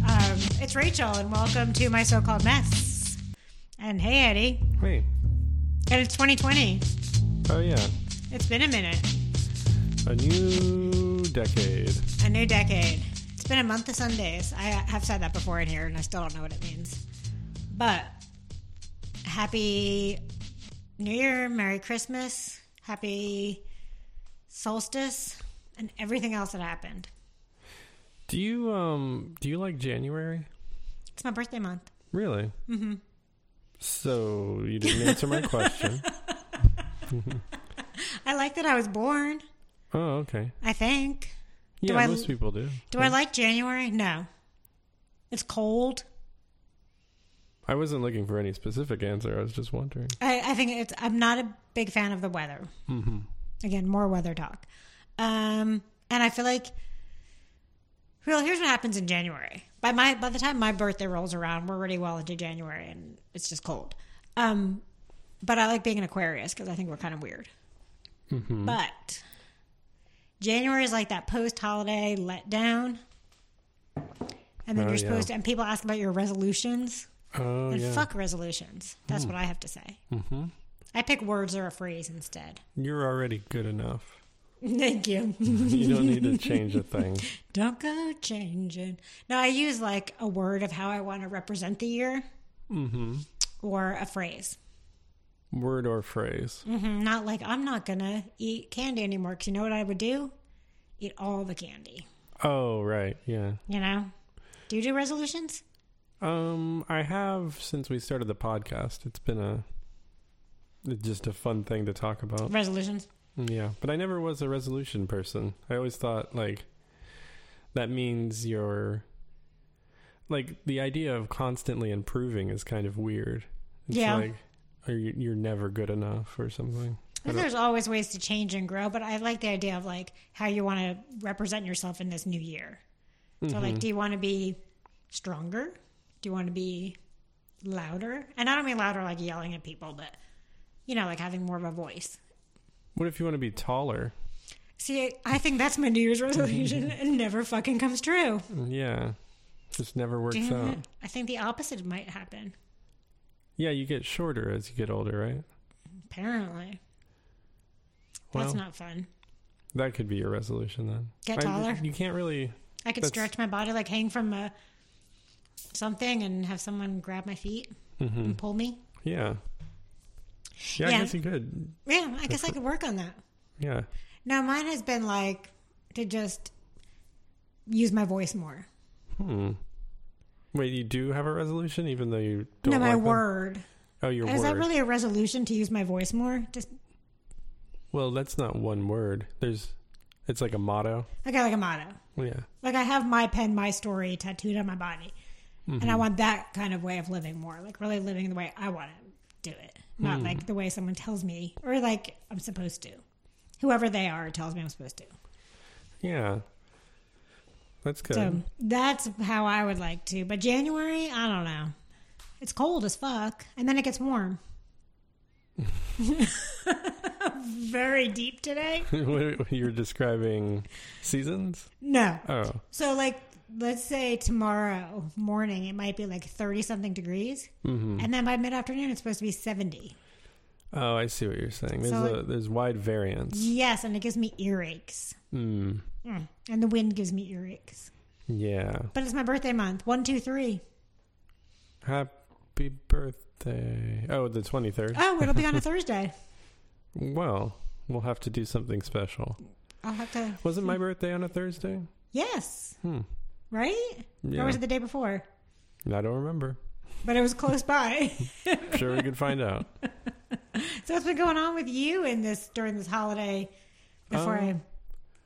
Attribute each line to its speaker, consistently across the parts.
Speaker 1: um, it's Rachel, and welcome to my so-called mess. And hey, Eddie,
Speaker 2: Wait.
Speaker 1: and it's 2020.
Speaker 2: Oh yeah.
Speaker 1: It's been a minute,
Speaker 2: A new decade.
Speaker 1: a new decade. It's been a month of Sundays. I have said that before in here, and I still don't know what it means. But happy New Year, Merry Christmas, Happy Solstice, and everything else that happened.
Speaker 2: Do you um do you like January?
Speaker 1: It's my birthday month.
Speaker 2: Really? Mm-hmm. So you didn't answer my question.
Speaker 1: I like that I was born.
Speaker 2: Oh, okay.
Speaker 1: I think.
Speaker 2: Yeah,
Speaker 1: I-
Speaker 2: most people do.
Speaker 1: Do I like January? No. It's cold.
Speaker 2: I wasn't looking for any specific answer. I was just wondering.
Speaker 1: I, I think it's. I'm not a big fan of the weather. Mm-hmm. Again, more weather talk. Um, and I feel like, well, here's what happens in January. By my by the time my birthday rolls around, we're already well into January, and it's just cold. Um, but I like being an Aquarius because I think we're kind of weird.
Speaker 2: Mm-hmm.
Speaker 1: But January is like that post-holiday letdown, and then
Speaker 2: Oh,
Speaker 1: you're
Speaker 2: yeah.
Speaker 1: supposed to. And people ask about your resolutions.
Speaker 2: Oh
Speaker 1: And
Speaker 2: yeah.
Speaker 1: fuck resolutions. That's what I have to say. Mm-hmm. I pick words or a phrase instead.
Speaker 2: You're already good enough.
Speaker 1: Thank you.
Speaker 2: You don't need to change a thing.
Speaker 1: Don't go changing. No, I use like a word of how I want to represent the year or a phrase.
Speaker 2: Word or phrase.
Speaker 1: Mhm, Not like I'm not going to eat candy anymore because you know what I would do? Eat all the candy.
Speaker 2: Oh, right. Yeah.
Speaker 1: You know? Do you do resolutions?
Speaker 2: Um, I have since we started the podcast. It's been a it's just a fun thing to talk about.
Speaker 1: Resolutions.
Speaker 2: Yeah, but I never was a resolution person. I always thought like that means you're like the idea of constantly improving is kind of weird. It's
Speaker 1: Yeah.
Speaker 2: like are you, you're never good enough or something.
Speaker 1: I think
Speaker 2: don't-
Speaker 1: There's always ways to change and grow, but I like the idea of like how you want to represent yourself in this new year. So,
Speaker 2: Mm-hmm.
Speaker 1: like, do you want to be stronger? Do you want to be louder? And I don't mean louder like yelling at people, but you know, like having more of a voice.
Speaker 2: What if you want to be taller?
Speaker 1: See, I think that's my New Year's resolution. it never fucking comes true.
Speaker 2: Yeah. Just never works
Speaker 1: Damn
Speaker 2: out.
Speaker 1: it. I think the opposite might happen,
Speaker 2: Yeah, you get shorter as you get older, right?
Speaker 1: apparently.
Speaker 2: Well,
Speaker 1: that's not fun.
Speaker 2: that could be your resolution then.
Speaker 1: Get
Speaker 2: I-
Speaker 1: taller?
Speaker 2: you can't really
Speaker 1: I could
Speaker 2: That's-
Speaker 1: stretch my body like hang from a something and have someone grab my feet and pull me.
Speaker 2: mm-hmm. Yeah.
Speaker 1: Yeah.
Speaker 2: Yeah, I guess you could.
Speaker 1: Yeah, I guess I could work on that.
Speaker 2: Yeah.
Speaker 1: No, mine has been like to just use my voice more.
Speaker 2: Wait, you do have a resolution even though you don't
Speaker 1: No, my
Speaker 2: like them?
Speaker 1: word.
Speaker 2: Oh, your
Speaker 1: Is
Speaker 2: word.
Speaker 1: that really a resolution to use my voice more? Just
Speaker 2: Well, that's not one word. There's, it's like a motto.
Speaker 1: okay, like a motto.
Speaker 2: Yeah.
Speaker 1: Like I have my pen, my story tattooed on my body, and
Speaker 2: Mm-hmm.
Speaker 1: I want that kind of way of living more. Like really living the way I want to do it, not
Speaker 2: Hmm.
Speaker 1: like the way someone tells me or like I'm supposed to. Whoever they are tells me I'm supposed to.
Speaker 2: Yeah. That's good.
Speaker 1: So that's how I would like to. But January, I don't know. It's cold as fuck, and then it gets warm. Very deep today.
Speaker 2: What- You're describing seasons?
Speaker 1: No.
Speaker 2: Oh,
Speaker 1: So, like, let's say tomorrow morning it might be like 30 something degrees, and then by mid afternoon it's supposed to be 70.
Speaker 2: Mm-hmm. oh, I see what you're saying. There's
Speaker 1: So-
Speaker 2: a there's wide variance. Hmm.
Speaker 1: Yes, and it gives me earaches. Mm. And the wind gives me earaches.
Speaker 2: Yeah.
Speaker 1: But it's my birthday month. One, two, three.
Speaker 2: Happy birthday. Oh, the 23rd.
Speaker 1: Oh, it'll be on a Thursday.
Speaker 2: Well, we'll have to do something special.
Speaker 1: I'll have to.
Speaker 2: Wasn't my birthday on a Thursday?
Speaker 1: Yes. Right? Or
Speaker 2: Yeah.
Speaker 1: was it the day before?
Speaker 2: I don't remember.
Speaker 1: But it was close by.
Speaker 2: I'm sure we could find out.
Speaker 1: so what's been going on with you in this during this holiday before
Speaker 2: Um,
Speaker 1: I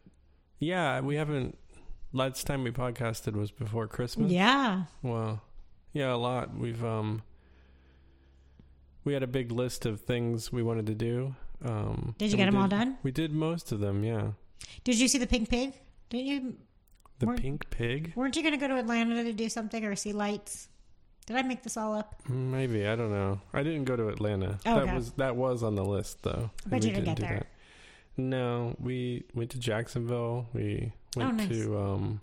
Speaker 2: Yeah, we haven't. Last time we podcasted was before Christmas.
Speaker 1: Yeah.
Speaker 2: Wow. Yeah, a lot. We've um we had a big list of things we wanted to do. Um
Speaker 1: Did you
Speaker 2: and
Speaker 1: get
Speaker 2: we
Speaker 1: them all done?
Speaker 2: We did most of them, yeah.
Speaker 1: Did you see the pink pig? Didn't you
Speaker 2: The
Speaker 1: Weren't-
Speaker 2: pink pig?
Speaker 1: weren't you gonna go to Atlanta to do something or see lights? Did I make this all up?
Speaker 2: Maybe, I don't know. I didn't go to Atlanta.
Speaker 1: Oh,
Speaker 2: that
Speaker 1: okay.
Speaker 2: was that was on the list though. and
Speaker 1: But
Speaker 2: we
Speaker 1: you didn't get there.
Speaker 2: that. No, we went to Jacksonville. We
Speaker 1: Oh,
Speaker 2: went
Speaker 1: nice.
Speaker 2: to um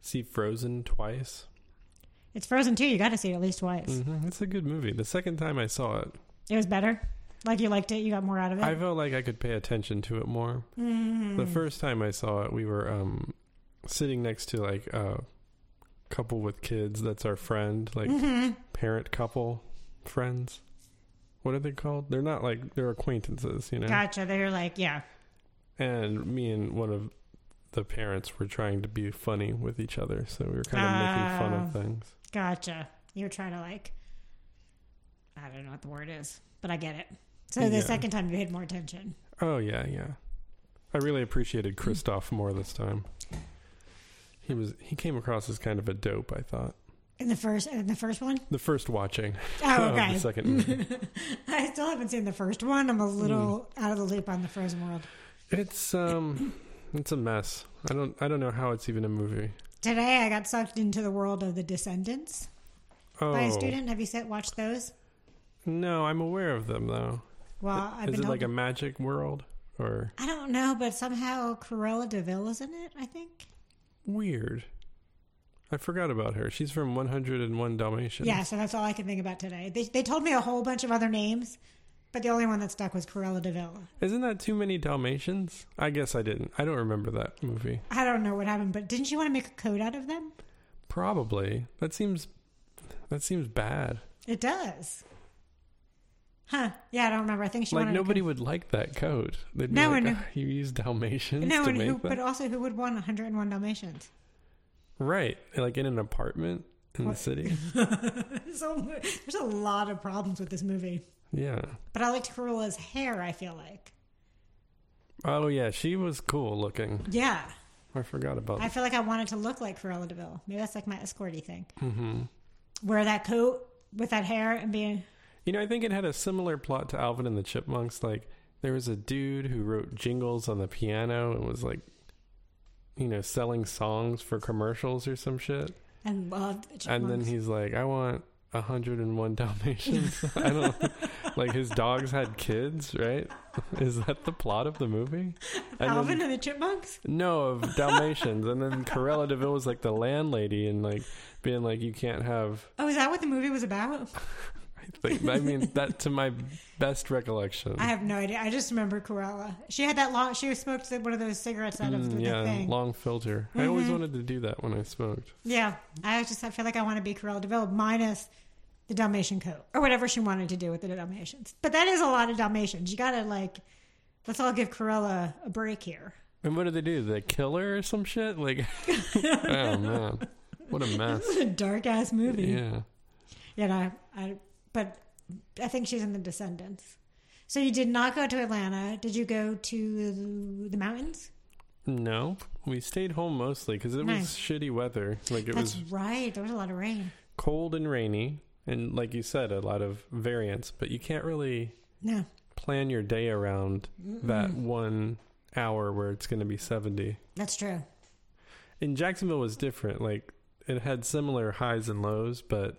Speaker 2: see Frozen twice.
Speaker 1: It's Frozen too. You got to see it at least twice.
Speaker 2: hmm It's a good movie. The second time I saw it,
Speaker 1: It was better. Like you liked it. You got more out of it.
Speaker 2: I felt like I could pay attention to it more.
Speaker 1: Mm.
Speaker 2: The first time I saw it, we were um, sitting next to like a couple with kids. That's our friend, like
Speaker 1: Mhm.
Speaker 2: parent couple friends. What are they called? They're not like they're acquaintances, you know.
Speaker 1: Gotcha. They were like, yeah,
Speaker 2: And me and one of the parents were trying to be funny with each other, so we were kind of making fun
Speaker 1: Ah.
Speaker 2: of things.
Speaker 1: gotcha. You're trying to like, I don't know what the word is, but I get it. So the
Speaker 2: Yeah.
Speaker 1: second time you paid more attention.
Speaker 2: Oh yeah, yeah. I really appreciated
Speaker 1: Hmm.
Speaker 2: Kristoff more this time. He was he came across as kind of a dope, I thought.
Speaker 1: In the first, in the first one.
Speaker 2: The first watching.
Speaker 1: Oh,
Speaker 2: of
Speaker 1: okay.
Speaker 2: the second movie. Hmm.
Speaker 1: I still haven't seen the first one. I'm a little out of the loop on the Frozen world.
Speaker 2: It's um it's a mess. I don't I don't know how it's even a movie.
Speaker 1: Today, I got sucked into the world of the Descendants
Speaker 2: Oh
Speaker 1: by a student. Have you set, watched those?
Speaker 2: no, I'm aware of them though.
Speaker 1: Well, I've
Speaker 2: Is
Speaker 1: been
Speaker 2: it
Speaker 1: told.
Speaker 2: like a magic world or
Speaker 1: I don't know, but somehow Cruella Deville is in it. I think.
Speaker 2: weird? I forgot about her. She's from 101 Dalmatians.
Speaker 1: Yeah, so that's all I can think about today. They, they told me a whole bunch of other names, but the only one that stuck was Cruella Deville.
Speaker 2: Isn't that too many Dalmatians? I guess I didn't. I don't remember that movie.
Speaker 1: I don't know what happened, but didn't you want to make a code out of them?
Speaker 2: Probably. That seems that seems bad.
Speaker 1: It does. Huh? Yeah, I don't remember. I think she
Speaker 2: like
Speaker 1: wanted a
Speaker 2: nobody would like that code. They'd be
Speaker 1: No
Speaker 2: like,
Speaker 1: one-
Speaker 2: "Ah, you use Dalmatians
Speaker 1: code- No,
Speaker 2: to
Speaker 1: and
Speaker 2: make
Speaker 1: who,
Speaker 2: that.
Speaker 1: but also who would want 101 Dalmatians?
Speaker 2: right. Like in an apartment in
Speaker 1: What?
Speaker 2: the city.
Speaker 1: so there's a lot of problems with this movie.
Speaker 2: Yeah.
Speaker 1: But I liked Cruella's hair. I feel like.
Speaker 2: Oh yeah, she was cool looking.
Speaker 1: Yeah,
Speaker 2: I forgot about
Speaker 1: I
Speaker 2: that.
Speaker 1: feel like I wanted to look like Cruella Deville. Maybe that's like my escorty thing.
Speaker 2: hmm
Speaker 1: Wear that coat with that hair and be.
Speaker 2: You know, I think it had a similar plot to Alvin and the Chipmunks. Like there was a dude who wrote jingles on the piano and was like you know, selling songs for commercials or some shit.
Speaker 1: I loved the
Speaker 2: and then
Speaker 1: Chipmunks.
Speaker 2: he's like, I want 101 Dalmatians. I don't like his dogs had kids, right? Is that the plot of the movie? And
Speaker 1: Alvin
Speaker 2: Then,
Speaker 1: and the Chipmunks?
Speaker 2: no, of Dalmatians. and then Corella Deville was like the landlady and like being like, you can't have.
Speaker 1: Oh, is that what the movie was about?
Speaker 2: I think- I mean, that to my best recollection.
Speaker 1: I have no idea. I just remember Cruella. She had that long. She smoked the- one of those cigarettes out of
Speaker 2: Mm,
Speaker 1: the
Speaker 2: yeah,
Speaker 1: thing.
Speaker 2: long filter. I always
Speaker 1: Mhm.
Speaker 2: wanted to do that when I smoked.
Speaker 1: yeah, I just I feel like I want to be Cruella Deville minus the Dalmatian coat or whatever she wanted to do with the Dalmatians. But that is a lot of Dalmatians. You gotta like, let's all give Cruella a break here.
Speaker 2: And what do they do? They kill her or some shit? Like, oh man, what a mess.
Speaker 1: This is a dark ass movie.
Speaker 2: Yeah.
Speaker 1: You know, I but I think she's in The Descendants. So you did not go to Atlanta. Did you go to the mountains?
Speaker 2: No, we stayed home mostly because it was
Speaker 1: Nice.
Speaker 2: shitty weather. Like it
Speaker 1: That's
Speaker 2: was
Speaker 1: right. There was a lot of rain.
Speaker 2: cold and rainy, and like you said, a lot of variance. But you can't really
Speaker 1: No.
Speaker 2: plan your day around that one hour where it's going to be seventy.
Speaker 1: That's true.
Speaker 2: And Jacksonville was different. Like it had similar highs and lows, but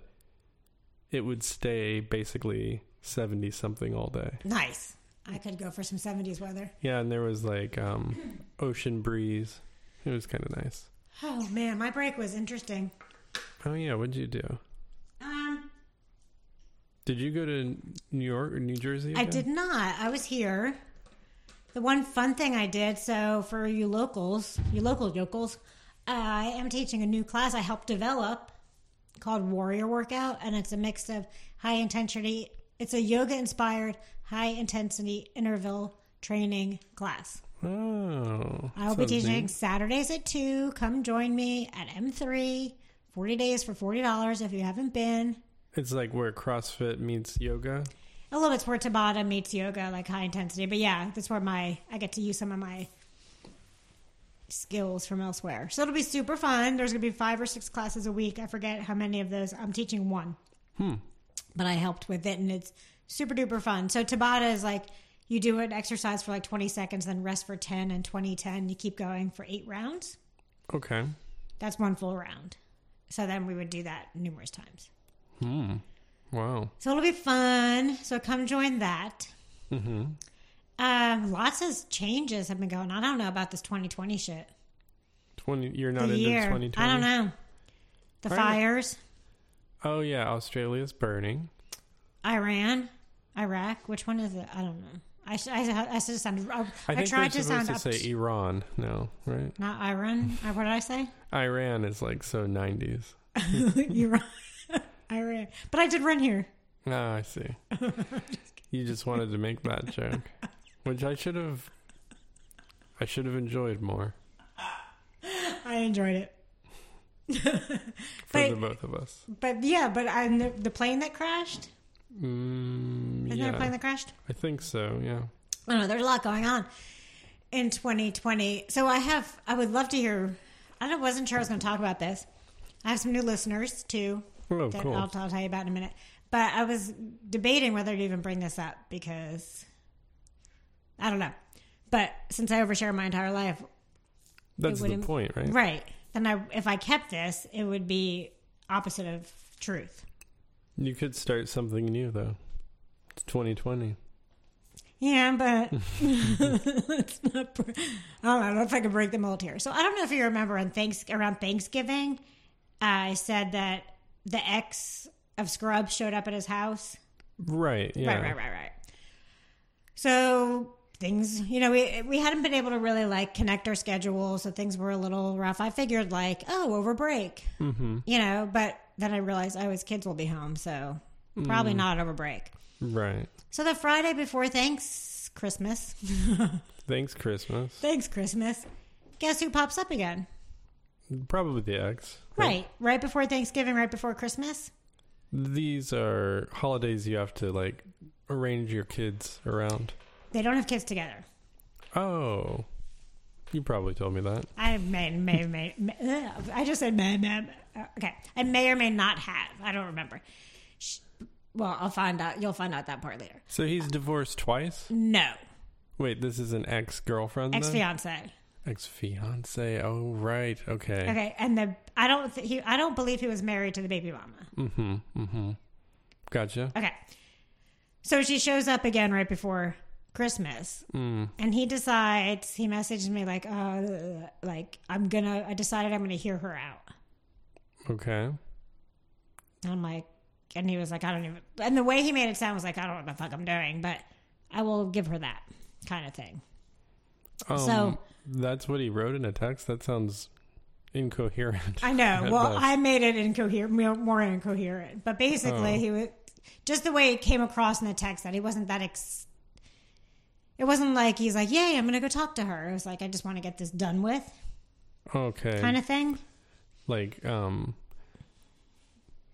Speaker 2: it would stay basically seventy something all day.
Speaker 1: Nice. I could go for some 70s weather.
Speaker 2: Yeah, and there was like um, ocean breeze. It was kind of nice.
Speaker 1: Oh man, my break was interesting.
Speaker 2: Oh yeah, what'd you do?
Speaker 1: Um,
Speaker 2: Did you go to New York or New Jersey?
Speaker 1: I
Speaker 2: again?
Speaker 1: did not. I was here. The one fun thing I did, so for you locals, you local yokels, uh, I am teaching a new class I helped develop called Warrior Workout, and it's a mix of high intensity, it's a yoga inspired, high intensity interval training class.
Speaker 2: Oh.
Speaker 1: I will be
Speaker 2: sounds
Speaker 1: teaching
Speaker 2: neat.
Speaker 1: Saturdays at 2. Come join me at M3. 40 days for $40 if you haven't been.
Speaker 2: It's like where CrossFit meets yoga.
Speaker 1: A little bit's where Tabata meets yoga, like high intensity. But yeah, that's where my I get to use some of my skills from elsewhere. So it'll be super fun. There's gonna be five or six classes a week. I forget how many of those. I'm teaching one.
Speaker 2: Hmm.
Speaker 1: But I helped with it and it's super duper fun. So Tabata is like you do an exercise for like 20 seconds, then rest for 10 and 20, 10. You keep going for eight rounds.
Speaker 2: Okay.
Speaker 1: That's one full round. So then we would do that numerous times.
Speaker 2: Hmm. Wow.
Speaker 1: So it'll be fun. So come join that.
Speaker 2: Mm-hmm.
Speaker 1: Um, lots of changes have been going on. I don't know about this 2020 shit.
Speaker 2: Twenty. You're
Speaker 1: The
Speaker 2: not into
Speaker 1: year.
Speaker 2: 2020.
Speaker 1: I don't know. The
Speaker 2: Are you?
Speaker 1: fires.
Speaker 2: Oh yeah, Australia's burning.
Speaker 1: Iran, Iraq. Which one is it? I don't know. I sh- I, I should sound. I,
Speaker 2: I
Speaker 1: I
Speaker 2: think
Speaker 1: tried
Speaker 2: we're
Speaker 1: to
Speaker 2: supposed
Speaker 1: sound
Speaker 2: to
Speaker 1: up,
Speaker 2: say E- Iran now, right?
Speaker 1: not Iran. I- what did I say?
Speaker 2: Iran is like so 90s.
Speaker 1: Iran, Iran. But I did run here.
Speaker 2: Ah, I see. you just wanted to make that joke, which I should have. I should have enjoyed more
Speaker 1: I enjoyed it.
Speaker 2: for
Speaker 1: But-
Speaker 2: the both of us.
Speaker 1: But yeah, but I, the, the plane that crashed.
Speaker 2: Mm,
Speaker 1: Isn't there a
Speaker 2: yeah,
Speaker 1: plane that crashed?
Speaker 2: I think so. Yeah.
Speaker 1: I don't know. There's a lot going on in 2020. So I have, I would love to hear. I don't- wasn't sure I was going to talk about this. I have some new listeners too
Speaker 2: Oh,
Speaker 1: that
Speaker 2: cool.
Speaker 1: I'll, I'll tell you about in a minute. But I was debating whether to even bring this up because I don't know. But since I overshare my entire life,
Speaker 2: That's the
Speaker 1: wouldn't-
Speaker 2: point, right?
Speaker 1: right? Then I, if I kept this, it would be opposite of truth.
Speaker 2: You could start something new though. It's 2020.
Speaker 1: Yeah, but it's not. pr- I don't know. I don't know if I can break the mold here. So I don't know if you remember on thanks around Thanksgiving, I said that the ex of Scrubs showed up at his house.
Speaker 2: Right. Yeah.
Speaker 1: Right, right, right, right. So things, you know, we we hadn't been able to really like connect our schedules, so things were a little rough. I figured like, oh, over break, mm-hmm. you know, but then I realized, oh, his kids will be home, so probably not over break.
Speaker 2: Right.
Speaker 1: So the Friday before thanks Christmas,
Speaker 2: Thanks, Christmas.
Speaker 1: thanks Christmas, guess who pops up again?
Speaker 2: Probably the X.
Speaker 1: Right, right before Thanksgiving, right before Christmas.
Speaker 2: These are holidays you have to like arrange your kids around.
Speaker 1: They don't have kids together.
Speaker 2: Oh, you probably told me that.
Speaker 1: I may, may, may, may ugh, I just said may, may, uh, okay. I may or may not have. I don't remember. Sh- Well, I'll find out. You'll find out that part later.
Speaker 2: So he's divorced twice.
Speaker 1: No,
Speaker 2: Wait, this is an ex girlfriend.
Speaker 1: ex fiance.
Speaker 2: Ex fiance. Oh, right. Okay.
Speaker 1: Okay, and the I don't th- he I don't believe he was married to the baby mama.
Speaker 2: Mm-hmm. Mm-hmm. Gotcha.
Speaker 1: Okay, so she shows up again right before Christmas,
Speaker 2: Mm.
Speaker 1: and he decides he messages me like, uh, like I'm gonna. I decided I'm gonna hear her out.
Speaker 2: Okay.
Speaker 1: And I'm like, and he was like, I don't even. And the way he made it sound was like, I don't know what the fuck I'm doing, but I will give her that kind of thing.
Speaker 2: Um,
Speaker 1: So-
Speaker 2: that's what he wrote in a text. That sounds incoherent.
Speaker 1: I know.
Speaker 2: At
Speaker 1: well,
Speaker 2: best.
Speaker 1: I made it incoherent, more- more incoherent. But basically,
Speaker 2: Oh.
Speaker 1: he was just the way it came across in the text that he wasn't that. Ex- it wasn't like he's like, yay, I'm gonna go talk to her. It was like, I just want to get this done with,
Speaker 2: okay.
Speaker 1: kind of thing.
Speaker 2: like um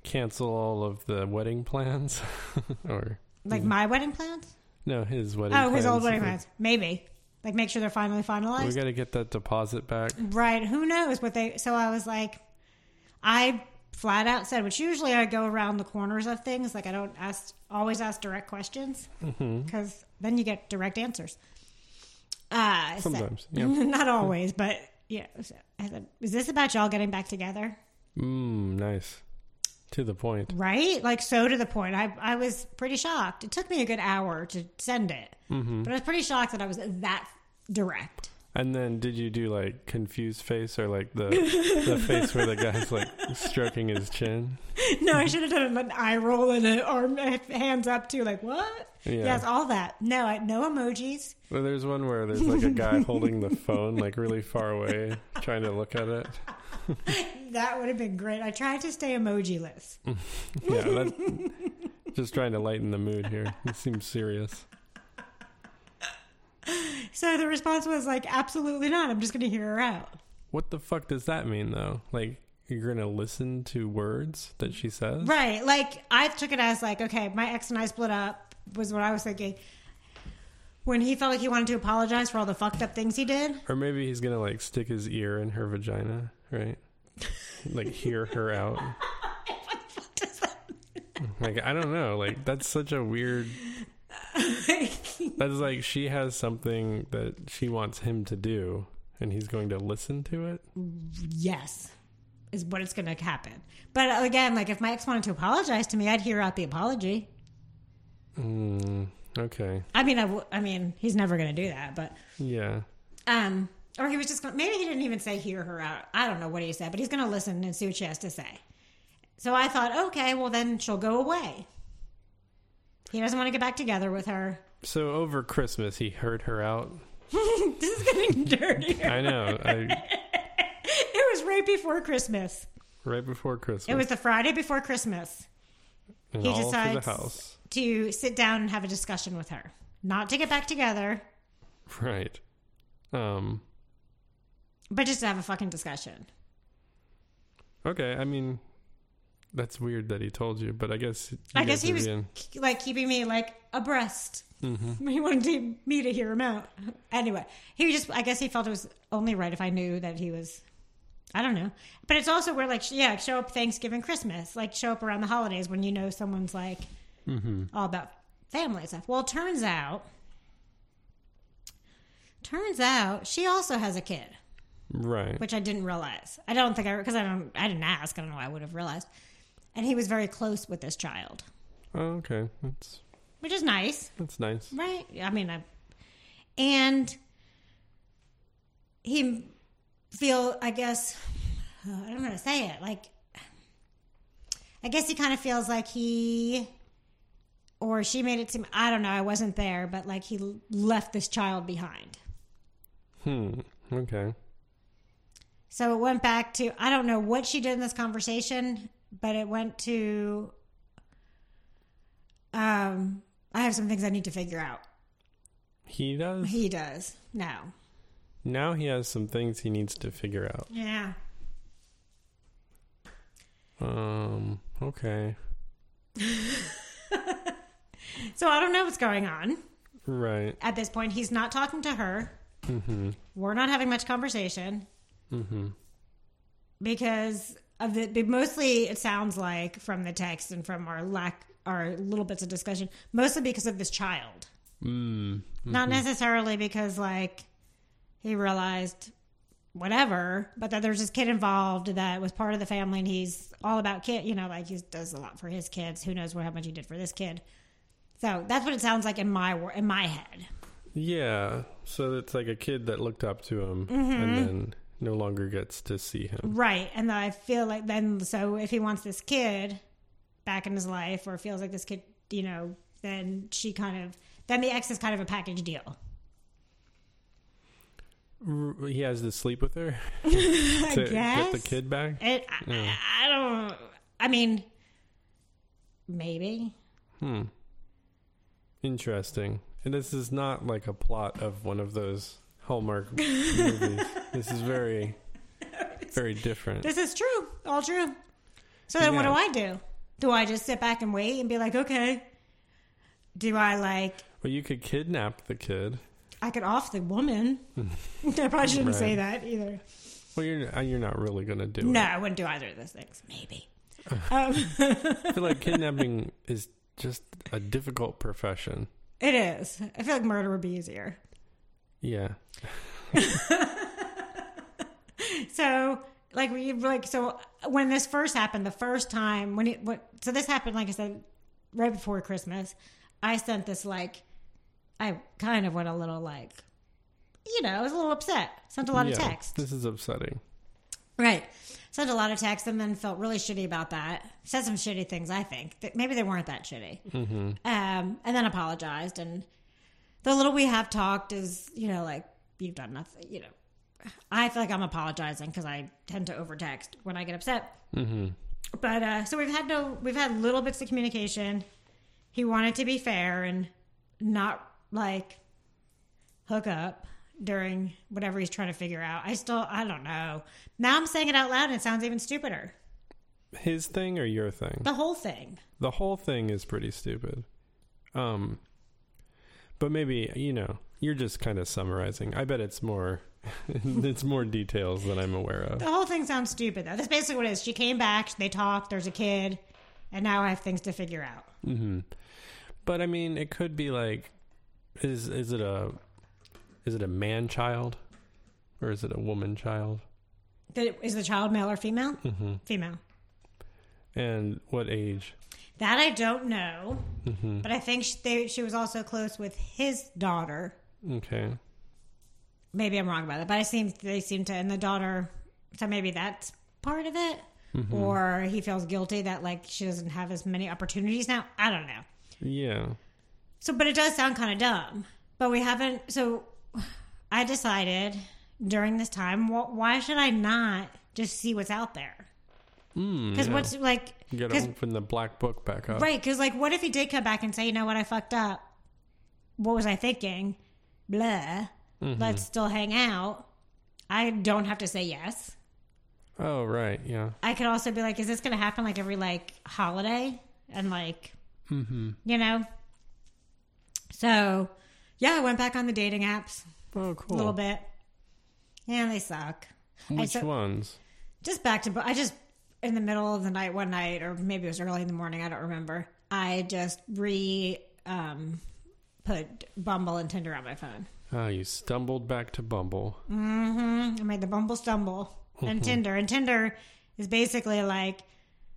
Speaker 2: cancel all of the wedding plans or
Speaker 1: Like my wedding plans.
Speaker 2: no his Mm-hmm. wedding
Speaker 1: Oh, his old
Speaker 2: plans.
Speaker 1: wedding plans, maybe. Like make sure they're finally finalized.
Speaker 2: we got to get that deposit back
Speaker 1: Right. Who knows what they. So I was like, I flat out said, which usually I go around the corners of things. Like I don't ask, always ask direct questions
Speaker 2: Mm-hmm.
Speaker 1: because then you get direct answers. Uh, I said-
Speaker 2: Sometimes, yeah.
Speaker 1: Not always, but yeah. So I said, is this about y'all getting back together?
Speaker 2: mm nice to the point
Speaker 1: Right? Like, so to the point. I, I was pretty shocked. It took me a good hour to send it,
Speaker 2: Mm-hmm.
Speaker 1: but I was pretty shocked that I was that direct.
Speaker 2: and then did you do like confused face or like the the face where the guy's like stroking his chin
Speaker 1: No, I should have done an eye roll and an arm hands up too. Like what?
Speaker 2: Yeah.
Speaker 1: Yes, all that. No, I, no emojis.
Speaker 2: well, there's one where there's like a guy holding the phone like really far away trying to look at it
Speaker 1: That would have been great. I tried to stay emojiless.
Speaker 2: yeah that, just trying to lighten the mood here it seems serious
Speaker 1: So the response was like, absolutely not. I'm just going to hear her out.
Speaker 2: What the fuck does that mean, though? Like, you're gonna listen to words that she says?
Speaker 1: Right. Like I took it as like, okay, my ex and I split up was what I was thinking. When he felt like he wanted to apologize for all the fucked up things he did,
Speaker 2: Or maybe he's gonna, like, stick his ear in her vagina, right? like, hear her out. Like, I don't know. Like, that's such a weird. That's like she has something that she wants him to do, and he's going to listen to it.
Speaker 1: yes, is what it's going to happen. But uh, again, like if my ex wanted to apologize to me, I'd hear out the apology.
Speaker 2: Mm, okay.
Speaker 1: I mean, I, w- I mean, he's never going to do that, but
Speaker 2: Yeah.
Speaker 1: um, or he was just gonna, maybe he didn't even say hear her out. I don't know what he said, but he's going to listen and see what she has to say. So I thought, okay, well then she'll go away. He doesn't want to get back together with her.
Speaker 2: So over Christmas, he heard her out.
Speaker 1: this is getting dirtier.
Speaker 2: I know. I,
Speaker 1: It was right before Christmas.
Speaker 2: right before Christmas,
Speaker 1: It was the Friday before Christmas
Speaker 2: and
Speaker 1: he
Speaker 2: all through
Speaker 1: decides-
Speaker 2: the house.
Speaker 1: to sit down and have a discussion with her. Not to get back together,
Speaker 2: Right. Um.
Speaker 1: but just to have a fucking discussion.
Speaker 2: Okay. I mean, that's weird that he told you, but I guess you
Speaker 1: I guess
Speaker 2: guys
Speaker 1: he
Speaker 2: are
Speaker 1: was
Speaker 2: being- mm-hmm,
Speaker 1: k- like keeping me like abreast. He wanted to, me to hear him out. Anyway, he just I guess he felt it was only right if I knew that he was. I don't know, but it's also where like sh- yeah, show up Thanksgiving, Christmas, like show up around the holidays when you know someone's like all about family and stuff. Well, turns out, turns out she also has a kid.
Speaker 2: right.
Speaker 1: which I didn't realize. I don't think I because I don't I didn't ask. I don't know. why I would have realized. And he was very close with this child,
Speaker 2: Oh, okay. That's
Speaker 1: which is nice,
Speaker 2: that's nice.
Speaker 1: right? I mean, I and he feel I guess I don't know how to say it. Like I guess he kind of feels like he or she made it seem I don't know. I wasn't there, but like he l- left this child behind.
Speaker 2: Hmm. Okay.
Speaker 1: So it went back to I don't know what she did in this conversation, but it went to um I have some things I need to figure out.
Speaker 2: He does.
Speaker 1: He does. No.
Speaker 2: Now he has some things he needs to figure out.
Speaker 1: Yeah.
Speaker 2: Um. Okay.
Speaker 1: So I don't know what's going on.
Speaker 2: Right.
Speaker 1: At this point, he's not talking to her.
Speaker 2: Mm-hmm.
Speaker 1: We're not having much conversation
Speaker 2: Mm-hmm.
Speaker 1: because of the but mostly it sounds like from the text and from our lack our little bits of discussion, mostly because of this child.
Speaker 2: Mm.
Speaker 1: Not necessarily because like he realized whatever, but that there's this kid involved that was part of the family and he's all about kid, you know, like he does a lot for his kids. Who knows what how much he did for this kid. So that's what it sounds like in my wor- in my head.
Speaker 2: Yeah. So it's like a kid that looked up to him
Speaker 1: Mm-hmm.
Speaker 2: and then no longer gets to see him.
Speaker 1: Right. And I feel like then so if he wants this kid back in his life or feels like this kid, you know, then she kind of then the ex is kind of a package deal.
Speaker 2: R- he has to sleep with her
Speaker 1: I
Speaker 2: to
Speaker 1: guess.
Speaker 2: get the kid back.
Speaker 1: It, I, I, I don't. I mean, maybe.
Speaker 2: Hmm. Interesting. And this is not like a plot of one of those Hallmark movies. This is very, very different.
Speaker 1: This is true. All true. So then, what do
Speaker 2: Yeah.
Speaker 1: I do? Do I just sit back and wait and be like, okay? Do I like?
Speaker 2: Well, you could kidnap the kid.
Speaker 1: I could off the woman. I probably shouldn't say
Speaker 2: Right.
Speaker 1: that either.
Speaker 2: Well, you're uh, you're not really gonna do
Speaker 1: No,
Speaker 2: it.
Speaker 1: I wouldn't do either of those things. Maybe. um,
Speaker 2: I feel like kidnapping is just a difficult profession.
Speaker 1: it is. I feel like murder would be easier.
Speaker 2: Yeah.
Speaker 1: So, like, we like so when this first happened, the first time when it what so this happened, like I said, right before Christmas, I sent this like I kind of went a little like, you know, I was a little upset. Sent a lot
Speaker 2: yeah.
Speaker 1: of texts,
Speaker 2: This is upsetting.
Speaker 1: right? Sent a lot of texts and then felt really shitty about that. Said some shitty things. I think that maybe they weren't that shitty. Um, and then apologized and the little we have talked is you know like you've done nothing you know i feel like i'm apologizing because i tend to overtext when i get upset mm-hmm. but uh, so we've had no we've had little bits of communication he wanted to be fair and not like hook up during whatever he's trying to figure out i still i don't know now i'm saying it out loud and it sounds even stupider
Speaker 2: His thing or your thing?
Speaker 1: the whole thing
Speaker 2: The whole thing is pretty stupid. Um, but maybe you know you're just kind of summarizing. I bet it's more. it's more details than I'm aware of.
Speaker 1: The whole thing sounds stupid, though. That's basically what it is. She came back, they talked, there's a kid, and now I have things to figure out.
Speaker 2: hmm But I mean, it could be like, is is it a is it a man child or is it a woman child?
Speaker 1: Th- Is the child male or female?
Speaker 2: hmm
Speaker 1: Female.
Speaker 2: And what age?
Speaker 1: That I don't know, but I think she, they, she was also close with his daughter.
Speaker 2: Okay.
Speaker 1: Maybe I'm wrong about that, but I seem they seem to, and the daughter, so maybe that's part of it. or he feels guilty that like she doesn't have as many opportunities now. I don't know.
Speaker 2: Yeah.
Speaker 1: So, but it does sound kind of dumb. But we haven't. So, I decided during this time, wh- why should I not just see what's out there? Because
Speaker 2: yeah.
Speaker 1: what's like,
Speaker 2: You gotta
Speaker 1: 'cause-
Speaker 2: open the black book back up.
Speaker 1: right? Because like, what if he did come back and say, you know what, I fucked up. What was I thinking? Blah. Let's still hang out. I don't have to say yes.
Speaker 2: Oh, right. Yeah.
Speaker 1: I could also be like, is this going to happen like every like holiday and like, you know? So, yeah, I went back on the dating apps
Speaker 2: Oh, cool.
Speaker 1: a little bit. Yeah, they suck. I
Speaker 2: Which
Speaker 1: so-
Speaker 2: ones?
Speaker 1: Just back to, I just in the middle of the night one night, or maybe it was early in the morning. I don't remember. I just re um, put Bumble and Tinder on my phone.
Speaker 2: Oh, you stumbled back to Bumble.
Speaker 1: I made the Bumble stumble and Tinder. And Tinder is basically like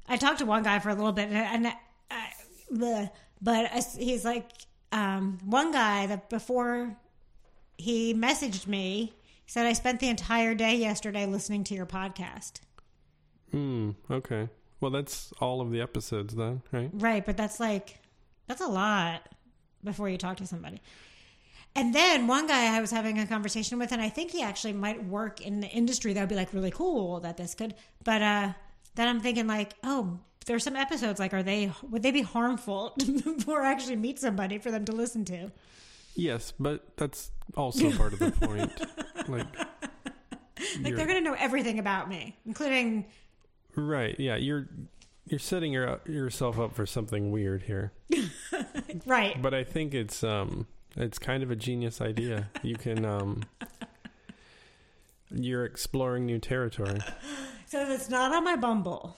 Speaker 1: I talked to one guy for a little bit, and, and I, bleh, but I s- he's like um, one guy that before he messaged me he said I spent the entire day yesterday listening to your podcast.
Speaker 2: Hmm. Okay. Well, that's all of the episodes then, right?
Speaker 1: Right, but that's like that's a lot before you talk to somebody. And then one guy I was having a conversation with, and I think he actually might work in the industry. That would be like really cool that this could. But uh, then I'm thinking like, oh, there's some episodes like, are they would they be harmful before I actually meet somebody for them to listen to?
Speaker 2: Yes, but that's also part of the point. like,
Speaker 1: Like
Speaker 2: you're-
Speaker 1: they're gonna know everything about me, including
Speaker 2: right? Yeah, you're you're setting your, yourself up for something weird here.
Speaker 1: right.
Speaker 2: But I think it's um it's kind of a genius idea. You can um you're exploring new territory. Mm-hmm.
Speaker 1: So that's not on my Bumble.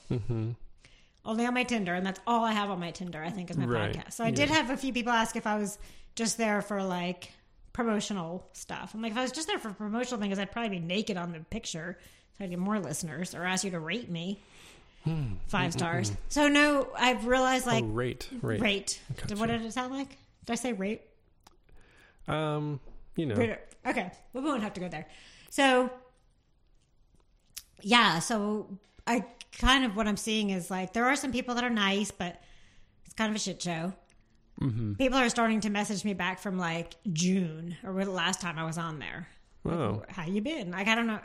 Speaker 1: Only on my Tinder, and that's all I have on my Tinder. I think is my
Speaker 2: Right.
Speaker 1: podcast. So I did
Speaker 2: Yeah.
Speaker 1: have a few people ask if I was just there for like promotional stuff. I'm like, if I was just there for promotional things, I'd probably be naked on the picture, so I'd get more listeners or ask you to rate me five stars. So no, I've realized like
Speaker 2: Hmm. oh, rate, rate,
Speaker 1: rate. Did, what
Speaker 2: Gotcha.
Speaker 1: did it sound like? Did I say rate?
Speaker 2: Um, you know,
Speaker 1: Greater- Okay, well, we won't have to go there. So, yeah, so I kind of what I'm seeing is like there are some people that are nice, but it's kind of a shit show.
Speaker 2: Mm-hmm.
Speaker 1: People are starting to message me back from like June or when the last time I was on there.
Speaker 2: oh,
Speaker 1: How you been? Like I don't know.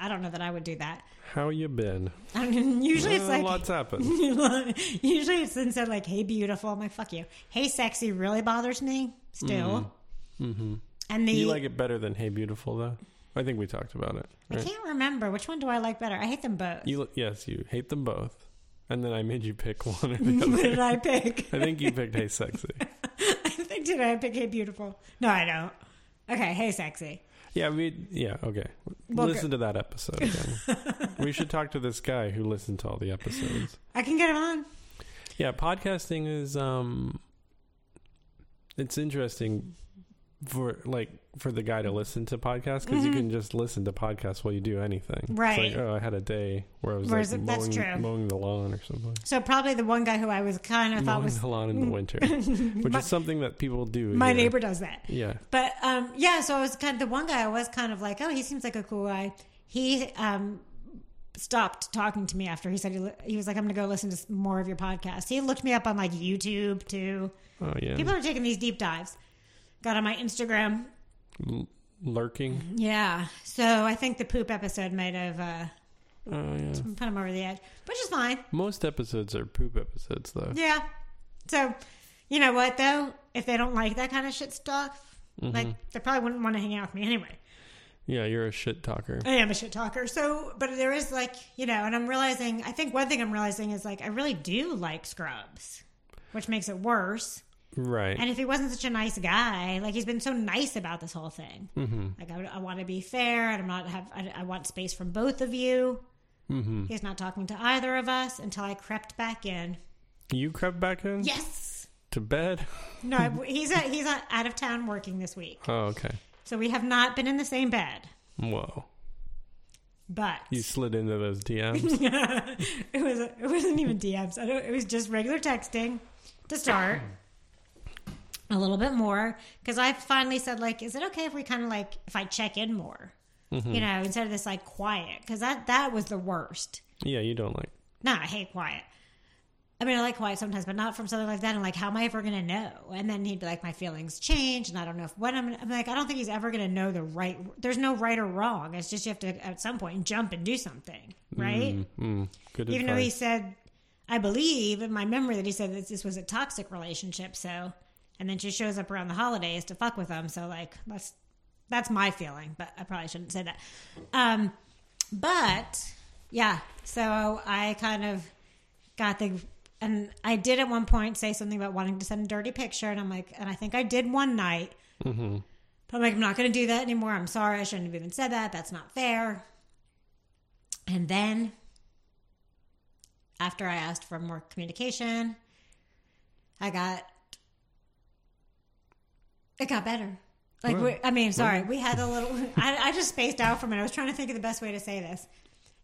Speaker 1: I don't know that I would do that.
Speaker 2: how you been?
Speaker 1: I mean, usually it's
Speaker 2: Uh,
Speaker 1: like
Speaker 2: lots happened.
Speaker 1: usually it's instead like hey beautiful. I'm like fuck you. Hey sexy really bothers me still.
Speaker 2: Mm-hmm.
Speaker 1: And the
Speaker 2: Mm. you like it better than Hey Beautiful though. I think we talked about it.
Speaker 1: I
Speaker 2: right?
Speaker 1: can't remember which one do I like better. I hate them both.
Speaker 2: You li- yes, you hate them both, and then I made you pick one or the
Speaker 1: what
Speaker 2: other.
Speaker 1: did I pick?
Speaker 2: I think you picked Hey Sexy.
Speaker 1: I think did I pick Hey Beautiful? No, I don't. Okay, Hey Sexy.
Speaker 2: Yeah, we yeah okay.
Speaker 1: Well,
Speaker 2: Listen to that episode. Then. we should talk to this guy who listened to all the episodes.
Speaker 1: I can get him on.
Speaker 2: Yeah, podcasting is um, it's interesting for like for the guy to listen to podcasts because you can just listen to podcasts while you do anything. It's
Speaker 1: Right.
Speaker 2: like, oh, I had a day where I was
Speaker 1: Where
Speaker 2: like
Speaker 1: is it- that's
Speaker 2: mowing,
Speaker 1: true.
Speaker 2: mowing the lawn or something.
Speaker 1: So probably the one guy who I was kind of thought
Speaker 2: Mowing
Speaker 1: was
Speaker 2: the lawn in the winter, which is something that people do.
Speaker 1: my
Speaker 2: here.
Speaker 1: neighbor does that.
Speaker 2: Yeah.
Speaker 1: But um, yeah, so I was kind of the one guy I was kind of like, oh, he seems like a cool guy. He um, stopped talking to me after he said he, li- he was like, I'm going to go listen to s- more of your podcast. He looked me up on like YouTube too.
Speaker 2: Oh yeah.
Speaker 1: People are taking these deep dives. Got on my Instagram.
Speaker 2: L- lurking.
Speaker 1: Yeah. So I think the poop episode might have uh,
Speaker 2: Oh yeah.
Speaker 1: put him over the edge, which is fine.
Speaker 2: Most episodes are poop episodes though.
Speaker 1: Yeah. So, you know what though? If they don't like that kind of shit stuff, like they probably wouldn't want to hang out with me anyway.
Speaker 2: Yeah, you're a shit talker.
Speaker 1: I am a shit talker. So, but there is like, you know, and I'm realizing, I think one thing I'm realizing is like, I really do like Scrubs, which makes it worse.
Speaker 2: Right.
Speaker 1: And if he wasn't such a nice guy, like he's been so nice about this whole thing. Like I, want to be fair, and I'm not have. I, I want space from both of you. He's not talking to either of us until I crept back in.
Speaker 2: you crept back in
Speaker 1: Yes.
Speaker 2: to bed.
Speaker 1: No, I- he's a, he's a, out of town working this week,
Speaker 2: Oh, okay.
Speaker 1: so we have not been in the same bed.
Speaker 2: Whoa.
Speaker 1: But
Speaker 2: You slid into those DMs.
Speaker 1: it was it wasn't even DMs. I don't, it was just regular texting to start. A little bit more because I finally said like, is it okay if we kind of like if I check in more, you know, instead of this like quiet because that that was the worst.
Speaker 2: yeah, you don't like.
Speaker 1: Nah, I hate quiet. I mean, I like quiet sometimes, but not from something like that. I'm like, how am I ever going to know? And then he'd be like, my feelings change, and I don't know if what I'm, I'm like. I don't think he's ever going to know the right. There's no right or wrong. It's just you have to at some point jump and do something, right?
Speaker 2: Mm, mm, good
Speaker 1: Even though he
Speaker 2: advice.
Speaker 1: said, I believe in my memory that he said that this was a toxic relationship. So, and then she shows up around the holidays to fuck with him. So, like, that's that's my feeling, but I probably shouldn't say that. Um, but yeah, so I kind of got the and I did at one point say something about wanting to send a dirty picture, and I'm like, and I think I did one night. But I'm like, I'm not going to do that anymore. I'm sorry. I shouldn't have even said that. That's not fair. And then after I asked for more communication, I got it got better. Like
Speaker 2: Wow.
Speaker 1: we, I mean, sorry, we had a little. I, I just spaced out for a minute. I was trying to think of the best way to say this.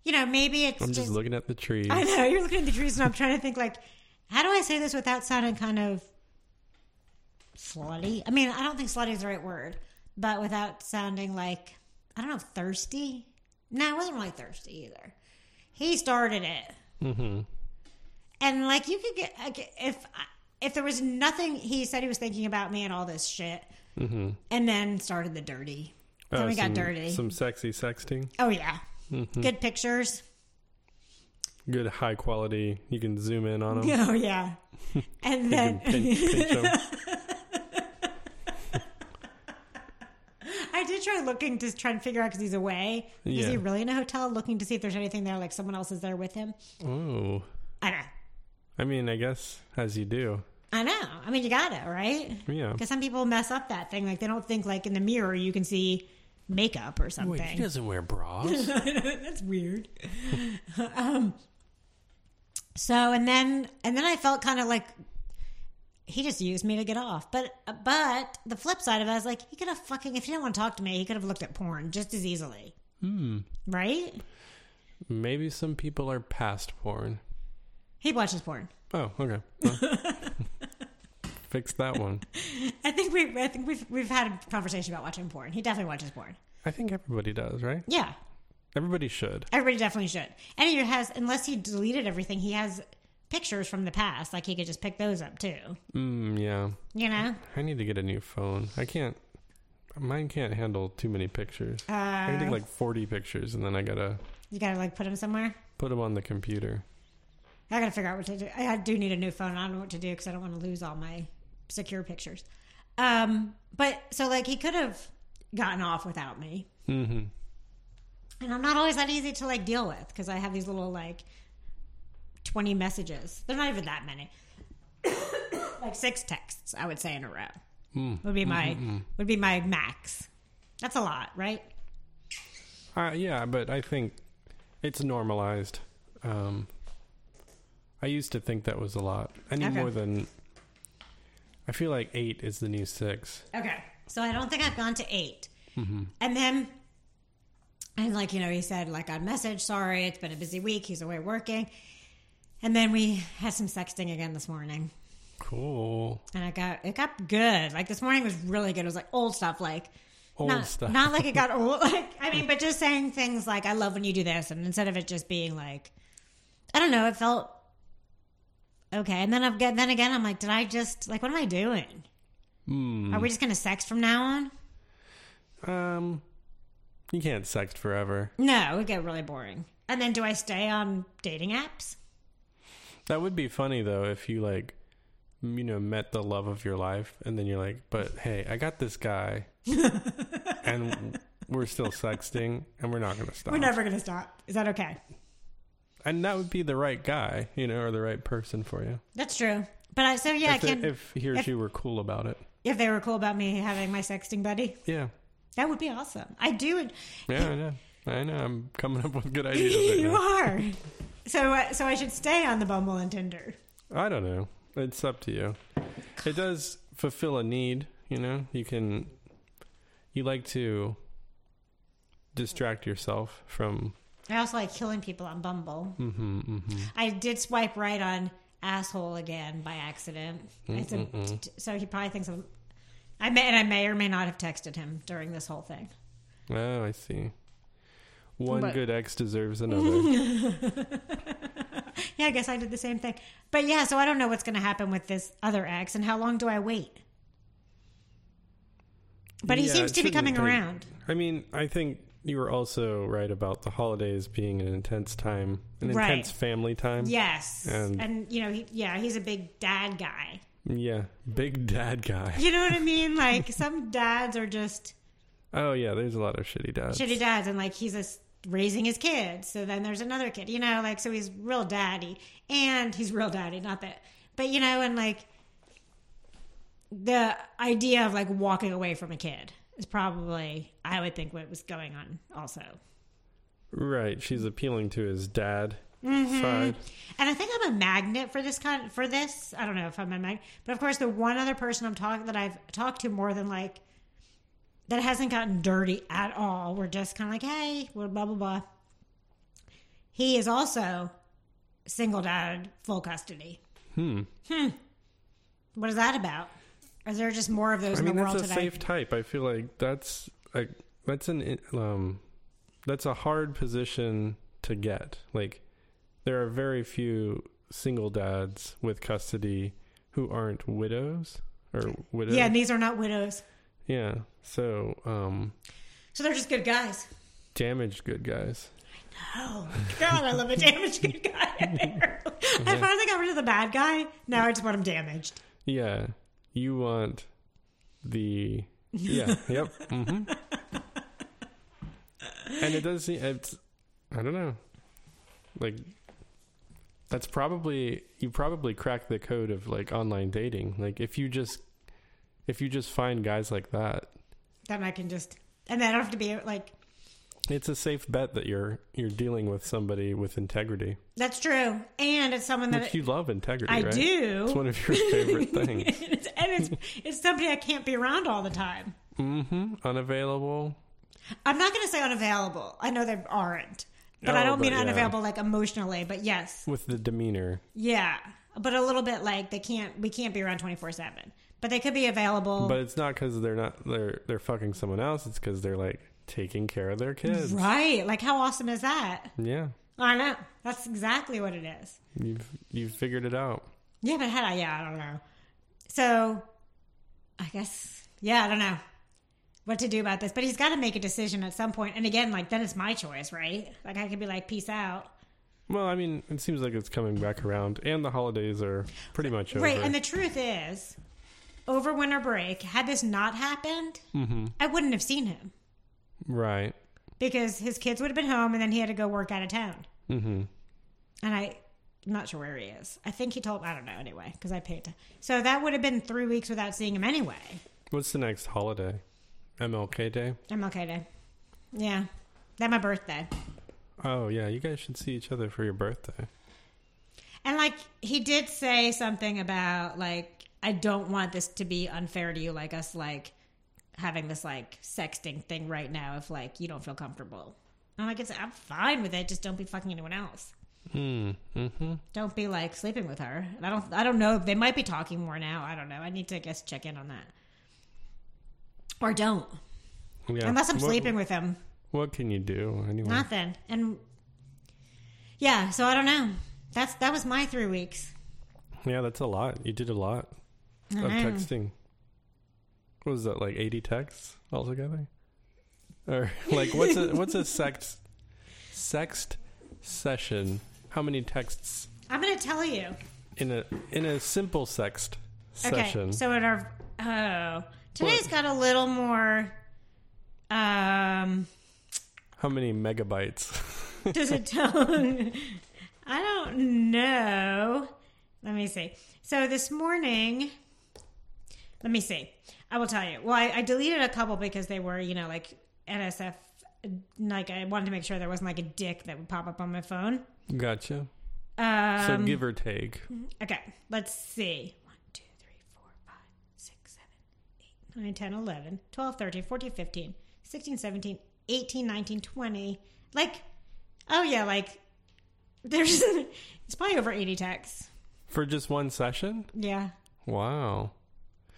Speaker 1: You know, maybe it's
Speaker 2: I'm
Speaker 1: just,
Speaker 2: just looking at the trees.
Speaker 1: I know you're looking at the trees, and I'm trying to think like, how do I say this without sounding kind of slutty? I mean, I don't think slutty is the right word, but without sounding like I don't know, thirsty. No, I wasn't really thirsty either. He started it.
Speaker 2: Mm-hmm.
Speaker 1: And like you could get like, if if there was nothing he said he was thinking about me and all this shit,
Speaker 2: Mm-hmm. Oh,
Speaker 1: and then started the dirty. Then we got
Speaker 2: Uh, some,
Speaker 1: dirty.
Speaker 2: Some Mm-hmm. sexy sexting.
Speaker 1: Oh yeah, good pictures.
Speaker 2: Good high quality. You can zoom in on them.
Speaker 1: Oh yeah, and
Speaker 2: You can
Speaker 1: then
Speaker 2: pinch, pinch 'em.
Speaker 1: I did try looking to try and figure out because he's away. Is
Speaker 2: Yeah.
Speaker 1: he really in a hotel looking to see if there's anything there? Like someone else is there with him.
Speaker 2: Oh,
Speaker 1: I know.
Speaker 2: I mean, I guess as you do.
Speaker 1: I know. I mean, you gotta right
Speaker 2: Yeah.
Speaker 1: because some people mess up that thing. Like they don't think like in the mirror you can see makeup or something.
Speaker 2: doesn't wear bras.
Speaker 1: That's weird. um, so and then and then I felt kind of like he just used me to get off. But but the flip side of it is like he could have fucking if he didn't want to talk to me, he could have looked at porn just as easily. Hmm. Right?
Speaker 2: Maybe some people are past porn.
Speaker 1: He watches porn.
Speaker 2: Oh, okay. Well, fix that one.
Speaker 1: I think we I think we've we've had a conversation about watching porn. He definitely watches porn.
Speaker 2: I think everybody does, right?
Speaker 1: Yeah.
Speaker 2: Everybody should.
Speaker 1: Everybody definitely should. And he has unless he deleted everything, he has pictures from the past. Like he could just pick those up too.
Speaker 2: Mm, yeah.
Speaker 1: You know?
Speaker 2: I need to get a new phone. I can't. Mine can't handle too many pictures. I can
Speaker 1: Uh,
Speaker 2: take like 40 pictures and then I gotta
Speaker 1: you gotta like put him somewhere.
Speaker 2: put them on the computer.
Speaker 1: I gotta figure out what to do. I I do need a new phone. I don't know what to do because I don't want to lose all my secure pictures. Um, but so like he could have gotten off without me,
Speaker 2: Mm-hmm.
Speaker 1: and I'm not always that easy to like deal with because I have these little like twenty messages. They're not even that many. like six texts, I would say in a row would be my would be my max. That's a lot, right?
Speaker 2: Uh, yeah, but I think it's normalized. Um, I used to think that was a lot. I need
Speaker 1: Okay.
Speaker 2: more than. I feel like eight is the new six.
Speaker 1: Okay. So I don't think I've gone to 8 And then, and like, you know, he said, like, on message, sorry, it's been a busy week. He's away working. And then we had some sexting again this morning.
Speaker 2: Cool.
Speaker 1: And I got, it got good. Like, this morning was really good. It was like old stuff, like,
Speaker 2: Old
Speaker 1: not,
Speaker 2: stuff.
Speaker 1: Not like it got old. Like, I mean, but just saying things like, I love when you do this. And instead of it just being like, I don't know, it felt okay. And then I've got, then again, I'm like, did I just, like, what am I doing?
Speaker 2: Hmm.
Speaker 1: Are we just going to sex from now on?
Speaker 2: Um, you can't sext forever.
Speaker 1: No, it would get really boring. And then do I stay on dating apps?
Speaker 2: That would be funny though if you like, m- you know, met the love of your life and then you're like, but hey, I got this guy, and we're still sexting, and we're not gonna stop.
Speaker 1: We're never going to stop. Is that okay?
Speaker 2: and that would be the right guy, you know, or the right person for you.
Speaker 1: That's true. But I, so yeah,
Speaker 2: if,
Speaker 1: I
Speaker 2: they-
Speaker 1: can, if,
Speaker 2: if he or she were cool about it.
Speaker 1: they were cool about me having my sexting buddy,
Speaker 2: Yeah.
Speaker 1: that would be awesome. I do.
Speaker 2: Yeah, I know. I know. I'm coming up with good ideas. Right
Speaker 1: you
Speaker 2: now.
Speaker 1: are. So, uh, so I should stay on the Bumble and Tinder.
Speaker 2: I don't know. It's up to you. It does fulfill a need, you know? You can. You like to distract yourself from.
Speaker 1: I also like killing people on Bumble.
Speaker 2: Mm-hmm, mm-hmm.
Speaker 1: I did swipe right on asshole again by accident.
Speaker 2: Hmm,
Speaker 1: It's a- so he probably thinks I'm. I may and I may or may not have texted him during this whole thing.
Speaker 2: Oh, I see. One
Speaker 1: But-
Speaker 2: good ex deserves another.
Speaker 1: Yeah, I guess I did the same thing. But yeah, so I don't know what's going to happen with this other ex and how long do I wait? But he
Speaker 2: Yeah,
Speaker 1: seems
Speaker 2: it
Speaker 1: to be
Speaker 2: shouldn't
Speaker 1: coming
Speaker 2: take-
Speaker 1: around.
Speaker 2: I mean, I think you were also right about the holidays being an intense time, an
Speaker 1: Right.
Speaker 2: intense family time.
Speaker 1: Yes. And,
Speaker 2: And-
Speaker 1: you know, he, yeah, he's a big dad guy.
Speaker 2: Yeah. Big dad guy.
Speaker 1: You know what I mean? Like some dads are just
Speaker 2: Oh, yeah. There's a lot of shitty dads.
Speaker 1: shitty dads and like he's a, raising his kids. So then there's another kid, you know, like so he's real daddy and he's real daddy, not that. But you know, and like the idea of like walking away from a kid is probably I would think what was going on also.
Speaker 2: Right.
Speaker 1: Mm-hmm.
Speaker 2: She's appealing to his dad side.
Speaker 1: And I think I'm a magnet for this kind for this. I don't know if I'm a magnet, but of course, the one other person I'm talking that I've talked to more than like that hasn't gotten dirty at all. We're just kind of like, hey, we're blah blah blah. He is also single dad, full custody.
Speaker 2: Hmm.
Speaker 1: What is that about? Is there just more of those
Speaker 2: I mean,
Speaker 1: in the world
Speaker 2: that's a
Speaker 1: today?
Speaker 2: safe type. I feel like that's like that's an um that's a hard position to get. Like there are very few single dads with custody who aren't widows or widows.
Speaker 1: yeah, and these are not widows,
Speaker 2: Yeah. So, um,
Speaker 1: so they're just good guys.
Speaker 2: damaged good guys.
Speaker 1: Oh God, I love a damaged good guy. in there. I finally got rid of the bad guy. Now I just want him damaged.
Speaker 2: Yeah. You want the. Yeah. yep. hmm And it does seem. It's, I don't know. Like, that's probably. You probably crack the code of like online dating. Like, if you just. If you just find guys like that,
Speaker 1: then I can just and then I don't have to be like
Speaker 2: it's a safe bet that you're you're dealing with somebody with integrity.
Speaker 1: that's true. And it's someone that
Speaker 2: Which you love integrity,
Speaker 1: I
Speaker 2: right?
Speaker 1: do.
Speaker 2: It's one of your favorite things.
Speaker 1: it's, and it's it's somebody I can't be around all the time.
Speaker 2: Mm-hmm. Unavailable.
Speaker 1: I'm not going to say unavailable. I know they aren't, but I
Speaker 2: Oh,
Speaker 1: don't
Speaker 2: but
Speaker 1: mean
Speaker 2: yeah.
Speaker 1: unavailable like emotionally. But yes,
Speaker 2: With the demeanor.
Speaker 1: yeah, but a little bit like they can't we can't be around 24 seven. But they could be available.
Speaker 2: But it's not because they're not they're they're fucking someone else. It's because they're like taking care of their kids.
Speaker 1: Right. Like, how awesome is that?
Speaker 2: Yeah,
Speaker 1: I know. That's exactly what it is.
Speaker 2: you've you've figured it out.
Speaker 1: Yeah, but had I, yeah, I don't know. So, I guess, yeah, I don't know what to do about this. But he's got to make a decision at some point. And again, like then it's my choice, right? Like I could be like, peace out,
Speaker 2: Well, I mean, it seems like it's coming back around, and the holidays are pretty much over.
Speaker 1: right? And the truth is, over winter break, had this not happened, I wouldn't have seen him
Speaker 2: right.
Speaker 1: because his kids would have been home, and then he had to go work out of town.
Speaker 2: Mm-hmm.
Speaker 1: And I. I'm not sure where he is. I think he told. I don't know anyway because I paid. To, so that would have been three weeks without seeing him anyway.
Speaker 2: What's the next holiday? MLK Day.
Speaker 1: MLK Day. Yeah. That my birthday.
Speaker 2: Oh yeah, you guys should see each other for your birthday.
Speaker 1: And like he did say something about like I don't want this to be unfair to you like us like having this like sexting thing right now if like you don't feel comfortable. And like it's I'm fine with it, just don't be fucking anyone else.
Speaker 2: Mm. Mm-hmm.
Speaker 1: Don't be like sleeping with her. And I don't I don't know they might be talking more now. I don't know. I need to I guess check in on that. Or don't.
Speaker 2: Yeah.
Speaker 1: Unless I'm
Speaker 2: What-
Speaker 1: sleeping with him.
Speaker 2: What can you do anyway?
Speaker 1: Nothing. And yeah, so I don't know. That's that was my three weeks.
Speaker 2: yeah, that's a lot. You did a lot
Speaker 1: I
Speaker 2: of
Speaker 1: know.
Speaker 2: texting. What was that like eighty texts altogether? Or like what's a what's a sex sext session? How many texts
Speaker 1: I'm gonna tell you.
Speaker 2: in a in a simple sext session?
Speaker 1: Okay, so in our oh today's got a little more. Um,
Speaker 2: How many megabytes?
Speaker 1: does it tone? I don't know. Let me see. So this morning, let me see. I will tell you. Well, I, I deleted a couple because they were, you know, like NSF. Like I wanted to make sure there wasn't like a dick that would pop up on my phone.
Speaker 2: gotcha.
Speaker 1: Um,
Speaker 2: So give or take.
Speaker 1: Okay, let's see. 1, 2, 3, 4, 5, 6, 7, 8, 9, 10, 11, 12, 13, 14, 15, 16, 17, 18, 19, 20. Like, oh yeah, like, there's, it's probably over 80 texts.
Speaker 2: For just one session?
Speaker 1: Yeah,
Speaker 2: Wow.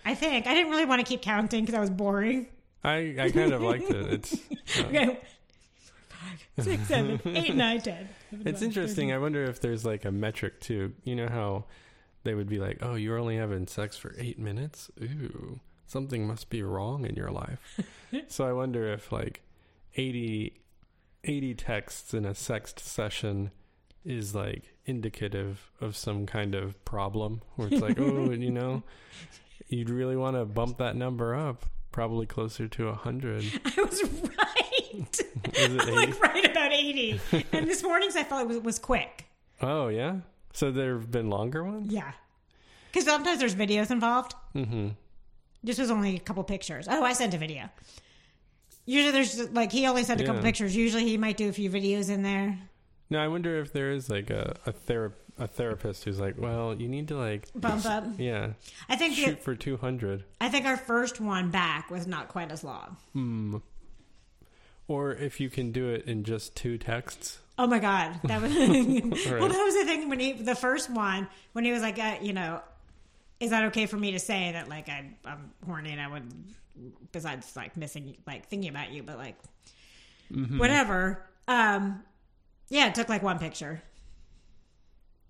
Speaker 1: I think. I didn't really want to keep counting because I was boring.
Speaker 2: I, I kind of liked it. It's
Speaker 1: Okay. five, six, seven, eight, nine, ten.
Speaker 2: It's interesting. I wonder if there's like a metric too. You know how they would be like, "Oh, you're only having sex for eight minutes. Ooh, something must be wrong in your life." so I wonder if like 80, 80 texts in a sext session is like indicative of some kind of problem where it's like, "Oh, you know, you'd really want to bump that number up." Probably closer to a hundred.
Speaker 1: I was right.
Speaker 2: Is
Speaker 1: I'm
Speaker 2: it eighty?
Speaker 1: like right about 80. And this morning's I felt it was, was quick.
Speaker 2: Oh yeah. So there have been longer ones.
Speaker 1: Yeah. Because sometimes there's videos involved.
Speaker 2: Mm-hmm.
Speaker 1: This was only a couple pictures. Oh, I sent a video. Usually there's like he only sent a couple
Speaker 2: Yeah.
Speaker 1: pictures. Usually he might do a few videos in there.
Speaker 2: No, I wonder if there is like a a, thera- a therapist who's like, well, you need to like,
Speaker 1: Bump up.
Speaker 2: yeah,
Speaker 1: I think the,
Speaker 2: shoot for two hundred,
Speaker 1: I think our first one back was not quite as long.
Speaker 2: Hmm. or if you can do it in just two texts.
Speaker 1: Oh my god, that was well. That was the thing when he the first one when he was like, uh, you know, is that okay for me to say that like I, I'm horny and I would besides like missing like thinking about you, but like whatever. Um, yeah, it took like one picture.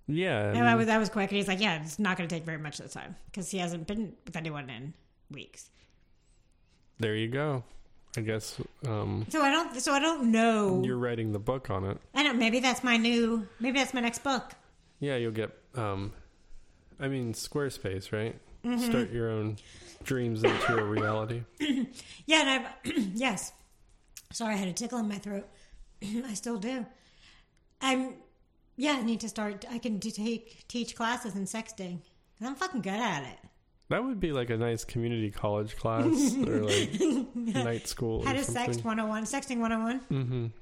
Speaker 2: Yeah, I
Speaker 1: And that
Speaker 2: mean,
Speaker 1: was that was quick. And he's like, yeah, it's not going to take very much this time because he hasn't been with anyone in weeks.
Speaker 2: there you go. I guess um,
Speaker 1: So I don't. So I don't know.
Speaker 2: you're writing the book on it.
Speaker 1: I don't. Maybe that's my new. Maybe that's my next book.
Speaker 2: Yeah, you'll get. Um, I mean, Squarespace, right? Start your own dreams into a reality.
Speaker 1: Yeah, and I've yes. Sorry, I had a tickle in my throat. I still do. I'm yeah. I need to start. I can do take teach classes in sexting. 'Cause I'm fucking good at it.
Speaker 2: That would be like a nice community college class or like night school.
Speaker 1: How
Speaker 2: or
Speaker 1: to
Speaker 2: something.
Speaker 1: sext 101, sexting 101.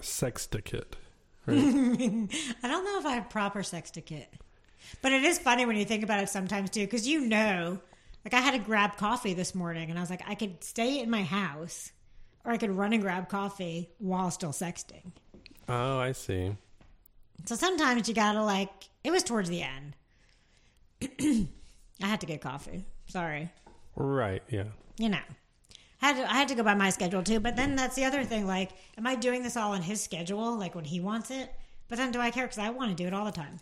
Speaker 2: Sexticate.
Speaker 1: I don't know if I have proper sexticate. But it is funny when you think about it sometimes too, because you know, like I had to grab coffee this morning and I was like, I could stay in my house or I could run and grab coffee while still sexting.
Speaker 2: Oh, I see.
Speaker 1: So sometimes you gotta like. It was towards the end. I had to get coffee. Sorry,
Speaker 2: Right. Yeah.
Speaker 1: you know, had to, I had to go by my schedule too. But then that's the other thing. Like, am I doing this all on his schedule, like when he wants it? But then do I care? Because I want to do it all the time.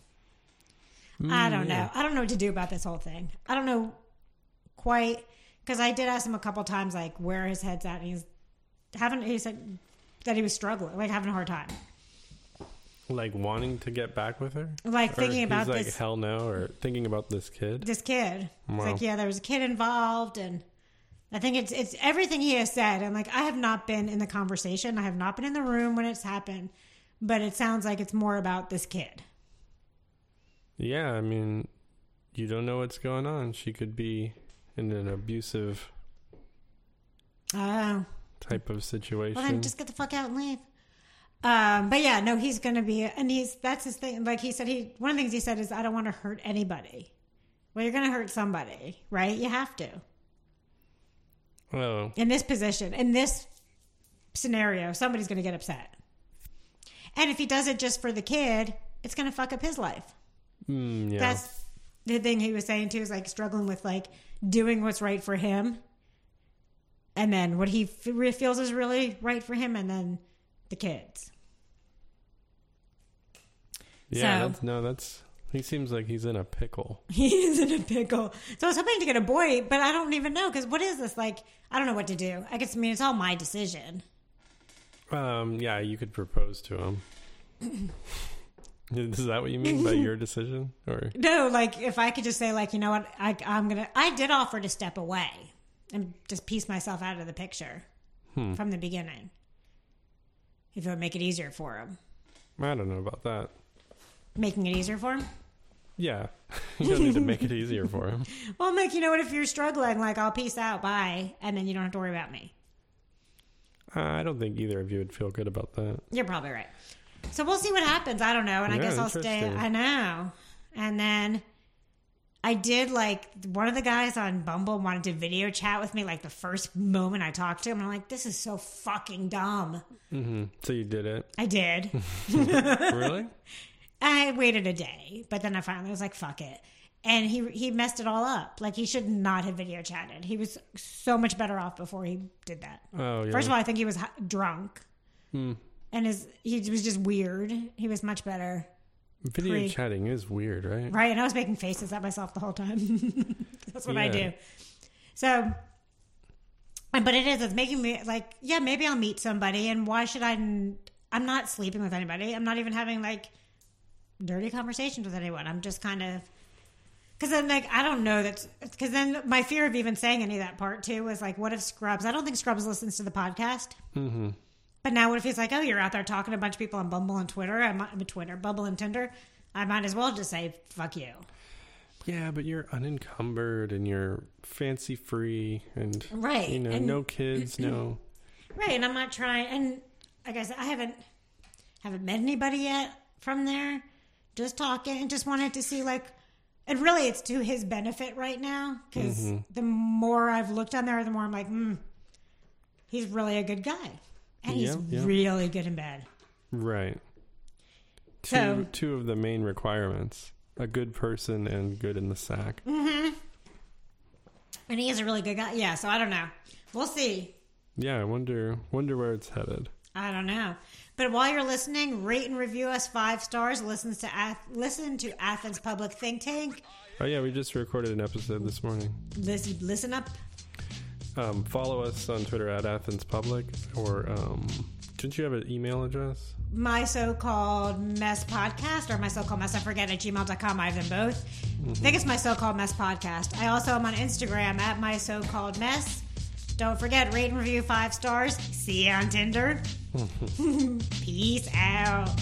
Speaker 1: I
Speaker 2: Mm,
Speaker 1: don't know. I don't know what to do about this whole thing. I don't know quite because I did ask him a couple times, like where his head's at, and he's having. He said that he was struggling, like having a hard time,
Speaker 2: Like wanting to get back with her.
Speaker 1: like
Speaker 2: Or
Speaker 1: thinking
Speaker 2: he's
Speaker 1: about
Speaker 2: like,
Speaker 1: this.
Speaker 2: hell no, or thinking about this kid.
Speaker 1: this kid. It's
Speaker 2: Wow.
Speaker 1: like, yeah, there was a kid involved, and I think it's it's everything he has said. And like, I have not been in the conversation. I have not been in the room when it's happened, but it sounds like it's more about this kid.
Speaker 2: Yeah, I mean, you don't know what's going on. She could be in an abusive
Speaker 1: Oh,
Speaker 2: type of
Speaker 1: well, then
Speaker 2: situation.
Speaker 1: just get the fuck out and leave. Um, but yeah, no, he's gonna be, and he's that's his thing. Like he said, he one of the things he said is, I don't want to hurt anybody. Well, you're gonna hurt somebody, right? You have to.
Speaker 2: oh,
Speaker 1: in this position, in this scenario, somebody's going to get upset. And if he does it just for the kid, it's going to fuck up his life.
Speaker 2: mm, yeah.
Speaker 1: That's the thing he was saying too, is like struggling with like doing what's right for him. And then what he f- re- feels is really right for him, and then the kids.
Speaker 2: yeah.
Speaker 1: so-
Speaker 2: That's, no, that's. He seems like he's in a pickle.
Speaker 1: He is in a pickle. So I was hoping to get a boy, but I don't even know because what is this? Like, I don't know what to do. I guess, I mean, it's all my decision.
Speaker 2: Um, yeah, you could propose to him. Is that what you mean by your decision? Or
Speaker 1: No, like if I could just say, like, you know what, I, I'm gonna. I did offer to step away and just piece myself out of the picture from the beginning, if it would make it easier for him.
Speaker 2: I don't know about that.
Speaker 1: Making it easier for him.
Speaker 2: Yeah, you don't need to make it easier for him.
Speaker 1: Well, I'm like, you know what, if you're struggling, like, I'll peace out, bye, and then you don't have to worry about me.
Speaker 2: Uh, I don't think either of you would feel good about that.
Speaker 1: You're probably right. So we'll see what happens. I don't know. And I
Speaker 2: Yeah,
Speaker 1: guess I'll stay.
Speaker 2: interesting.
Speaker 1: I know. And then I did like one of the guys on Bumble wanted to video chat with me like the first moment I talked to him. And I'm like, this is so fucking dumb.
Speaker 2: Hmm. So you did it,
Speaker 1: I did.
Speaker 2: really?
Speaker 1: I waited a day, but then I finally was like, fuck it. And he he messed it all up. Like he should not have video chatted. He was so much better off before he did that.
Speaker 2: Oh yeah. Hmm.
Speaker 1: First of all, I think he was hi- drunk. and his he was just weird. He was much better.
Speaker 2: Video
Speaker 1: Pre-
Speaker 2: chatting is weird, right?
Speaker 1: Right, and I was making faces at myself the whole time. That's what I
Speaker 2: Yeah.
Speaker 1: do. So, and- but it is. It's making me like, yeah, maybe I'll meet somebody, and why should I? n- I'm not sleeping with anybody. I'm not even having like dirty conversations with anyone. I'm just kind of because then like I don't know that's because then my fear of even saying any of that part too was like, what if Scrubs? I don't think Scrubs listens to the podcast.
Speaker 2: Mm-hmm.
Speaker 1: But now, what if he's like, "Oh, you're out there talking to a bunch of people on Bumble and Twitter. I'm on Twitter, Bumble and Tinder. I might as well just say fuck you."
Speaker 2: Yeah, but you're unencumbered and you're fancy free and
Speaker 1: Right,
Speaker 2: you know,
Speaker 1: and-
Speaker 2: no kids, no.
Speaker 1: Right, and I'm not trying. And like I said, I haven't haven't met anybody yet from there. Just talking, and just wanted to see like, and really, it's to his benefit right now because
Speaker 2: Mm-hmm.
Speaker 1: the more I've looked on there, the more I'm like, mm, he's really a good guy, and he's
Speaker 2: Yeah, yeah.
Speaker 1: really good in bed.
Speaker 2: Right. Two
Speaker 1: So-
Speaker 2: two of the main requirements. A good person and good in the sack.
Speaker 1: Mm. And he is a really good guy. Yeah, so I don't know. We'll see.
Speaker 2: Yeah, I wonder wonder where it's headed.
Speaker 1: I don't know. But while you're listening, rate and review us five stars. Listens to Ath- listen to Athens Public Think Tank.
Speaker 2: Oh yeah, we just recorded an episode this morning.
Speaker 1: Listen, listen up.
Speaker 2: Um, follow us on Twitter at Athens Public or um, didn't you have an email address?
Speaker 1: My so-called mess podcast or my so-called mess I forget at gmail.com. I have them both. I think it's my so-called mess podcast. I also am on Instagram at my so-called mess. Don't forget, rate and review five stars. See you on Tinder. Peace out.